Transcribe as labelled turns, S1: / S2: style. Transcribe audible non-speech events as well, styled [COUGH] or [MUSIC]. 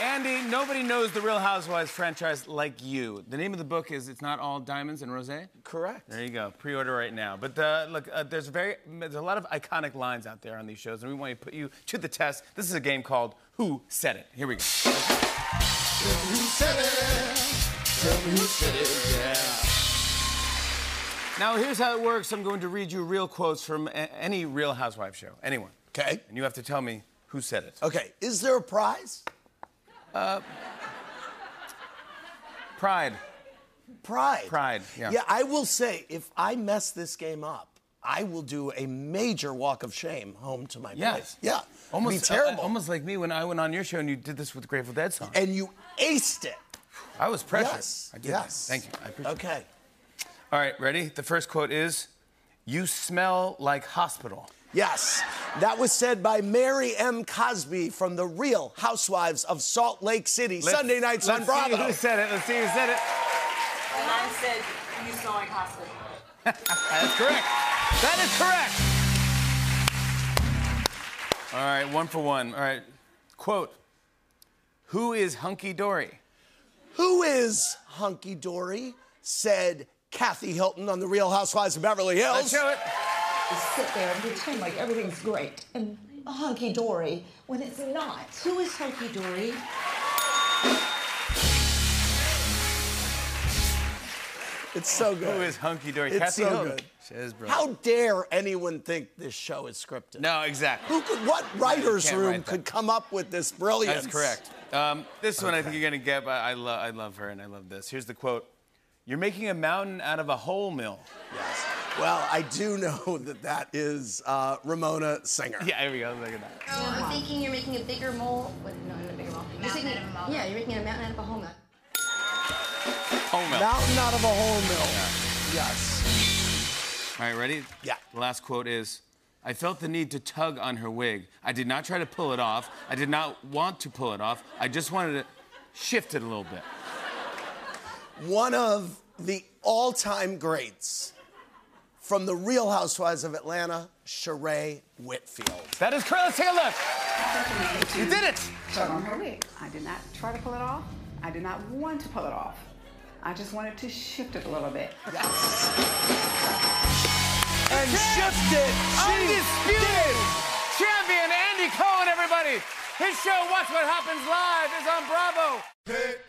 S1: Andy, nobody knows the Real Housewives franchise like you. The name of the book is It's Not All Diamonds and Rosé?
S2: Correct.
S1: There you go. Pre-order right now. But uh, look, uh, there's very there's a lot of iconic lines out there on these shows, and we want to put you to the test. This is a game called Who Said It. Here we go.
S3: Who said it? Tell me who said it, yeah.
S1: Now here's how it works. I'm going to read you real quotes from a- any Real Housewife show, anyone,
S2: Okay.
S1: and you have to tell me who said it.
S2: Okay. Is there a prize?
S1: Pride.
S2: Pride.
S1: Pride, yeah.
S2: Yeah, I will say, if I mess this game up, I will do a major walk of shame home to my
S1: Yes.
S2: place. Yeah.
S1: Almost
S2: Be terrible.
S1: uh, almost like me when I went on your show and you did this with the Grateful Dead song.
S2: and you aced it.
S1: I was pressured.
S2: Yes.
S1: I did.
S2: Yes.
S1: Thank you. I appreciate it.
S2: Okay.
S1: All right, ready? The first quote is, "You smell like hospital."
S2: Yes. That was said by Mary M. Cosby from The Real Housewives of Salt Lake City,
S1: Let's-
S2: Sunday nights
S1: let's see
S2: on Bravo.
S1: Who said it? Let's see who said it.
S4: Mom said, you smell like hospital.
S1: That's correct. That is correct. All right, one for one. All right, quote. Who is hunky dory?
S2: Who is Hunky Dory? Said Kathy Hilton on The Real Housewives of Beverly
S1: Let's
S2: Hills.
S1: show it.
S5: sit there and pretend like everything's great and hunky dory when it's not.
S4: Who is hunky dory?
S2: It's so good.
S1: Who is hunky dory?
S2: It's so
S1: Hilton.
S2: good.
S1: She is brilliant.
S2: How dare anyone think this show is scripted?
S1: No, exactly.
S2: Who could, what writer's
S1: can't
S2: room
S1: write that.
S2: could come up with this brilliance?
S1: That's correct. Um, this one I think you're gonna get, but I love I love her and I love this. Here's the quote. You're making a mountain out of a whole mill. [LAUGHS]
S2: Yes. Well, I do know [LAUGHS] that that is uh, Ramona Singer.
S1: Yeah, here we go. Look at that.
S6: No, I'm thinking you're making a bigger mole. What, no, not a bigger mole. You're
S5: Mountain
S6: thinking-
S5: out of a mole.
S6: Yeah, you're making a mountain out of a hole.
S1: Whole mill.
S2: Mountain out of a whole mill. Yes.
S1: All right, ready?
S2: Yeah.
S1: The last quote is I felt the need to tug on her wig. I did not try to pull it off. I did not want to pull it off. I just wanted to shift it a little bit.
S2: One of the all-time greats from The Real Housewives of Atlanta, Sheree Whitfield.
S1: That is correct. Let's take a look. You did it.
S7: tug on her wig. I did not try to pull it off. I did not want to pull it off. I just wanted to shift it a little bit.
S2: And shift it. She
S1: Undisputed
S2: did.
S1: champion Andy Cohen, everybody. His show, Watch What Happens Live, is on Bravo.
S3: Hey,